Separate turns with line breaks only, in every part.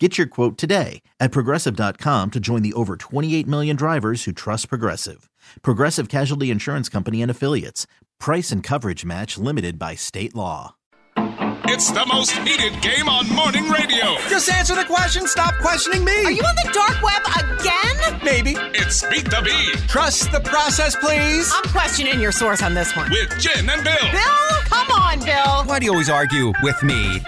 Get your quote today at progressive.com to join the over 28 million drivers who trust Progressive. Progressive Casualty Insurance Company and Affiliates. Price and coverage match limited by state law.
It's the most heated game on morning radio.
Just answer the question. Stop questioning me.
Are you on the dark web again?
Maybe.
It's Beat the Bee
Trust the process, please.
I'm questioning your source on this one.
with Jen and Bill.
Bill, come on, Bill.
Why do you always argue with me?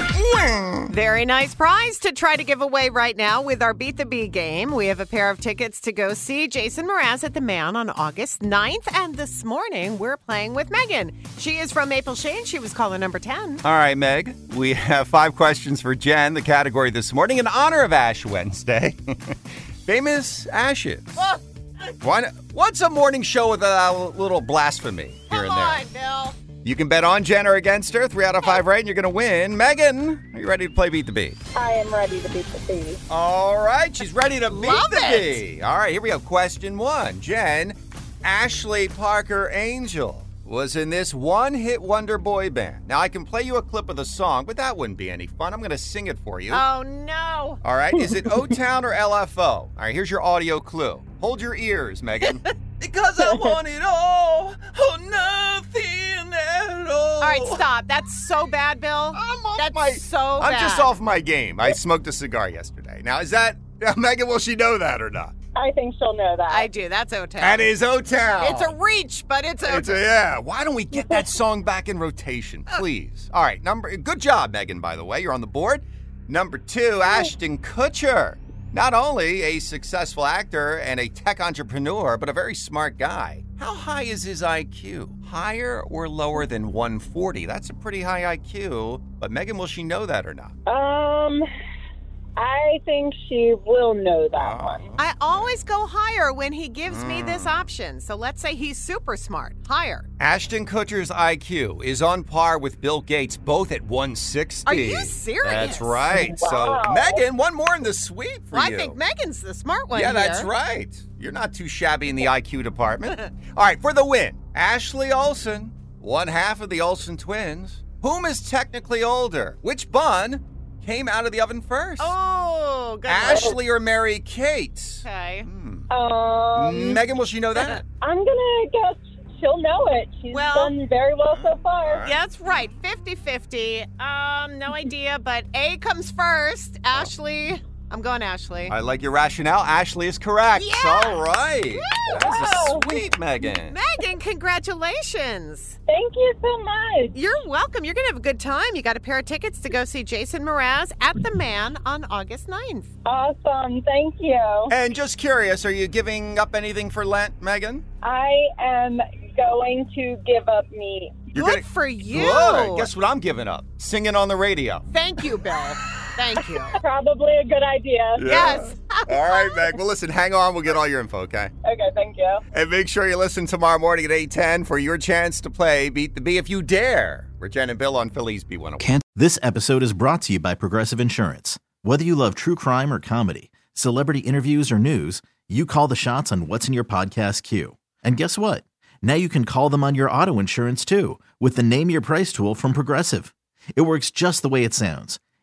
Very nice prize to try to give away right now with our Beat the Bee game. We have a pair of tickets to go see Jason Mraz at the Man on August 9th. And this morning, we're playing with Megan. She is from Maple Shade. She was caller number 10.
All right, Meg, we have five questions for Jen, the category this morning, in honor of Ash Wednesday. Famous ashes. Why not- What's a morning show with a little blasphemy here and there?
Bill.
You can bet on Jen or against her. Three out of five right, and you're going to win. Megan, are you ready to play Beat the Bee?
I am ready to beat the thief.
All right, she's ready to beat
Love
the
it.
bee. All right, here we go. Question one. Jen, Ashley Parker Angel was in this one hit wonder boy band. Now, I can play you a clip of the song, but that wouldn't be any fun. I'm going to sing it for you.
Oh, no.
All right, is it O Town or LFO? All right, here's your audio clue. Hold your ears, Megan. because I want it all, or nothing at all.
All right, stop. That's so bad, Bill.
I'm off
That's
my.
so
I'm
bad.
just off my game. I smoked a cigar yesterday. Now is that now, Megan? Will she know that or not?
I think she'll know that.
I do. That's hotel.
That is O Town.
It's a reach, but it's a.
It's a, yeah. Why don't we get that song back in rotation, please? All right, number. Good job, Megan. By the way, you're on the board. Number two, Ashton Kutcher. Not only a successful actor and a tech entrepreneur, but a very smart guy. How high is his IQ? Higher or lower than 140? That's a pretty high IQ. But Megan, will she know that or not?
Um, I think she will know that one.
I always go higher when he gives me
Hmm.
this option. So let's say he's super smart, higher.
Ashton Kutcher's IQ is on par with Bill Gates, both at 160.
Are you serious?
That's right. So,
Wow.
Megan, one more in the sweep for
Well, I
you.
think Megan's the smart one.
yeah, that's
here.
right. You're not too shabby in the IQ department. All right, for the win, Ashley Olsen, one half of the Olsen twins. Whom is technically older? Which bun came out of the oven first?
Oh, good. one.
Ashley or Mary Kate?
Okay.
Hmm.
Um,
Megan, will she know that?
I'm gonna guess she'll know it. She's
Well-
done very well so far.
Yeah, that's right. 50 50. Um, no idea, but A comes first. Ashley. I'm going Ashley.
Oh. I like your rationale. Ashley is correct.
Yeah.
All right. That's
Wow.
a sweet Megan.
Megan, congratulations.
Thank you so much.
You're welcome. You're going to have a good time. You got a pair of tickets to go see Jason Mraz at The Man on August 9th.
Awesome. Thank you.
And just curious, are you giving up anything for Lent, Megan?
I am going to give up meat.
You're
good
gonna-
for you.
Good. Guess what I'm giving up? Singing on the radio.
Thank you, Bill. Thank you.
Probably a good idea.
Yes.
all right, Meg. Well, listen, hang on. We'll get all your info, okay?
Okay. Thank you.
And make sure you listen tomorrow morning at 810 for your chance to play Beat the Bee if you dare. We're Jen and Bill on Phillies B101.
This episode is brought to you by Progressive Insurance. Whether you love true crime or comedy, celebrity interviews or news, you call the shots on what's in your podcast queue. And guess what? Now you can call them on your auto insurance too with the Name Your Price tool from Progressive. It works just the way it sounds.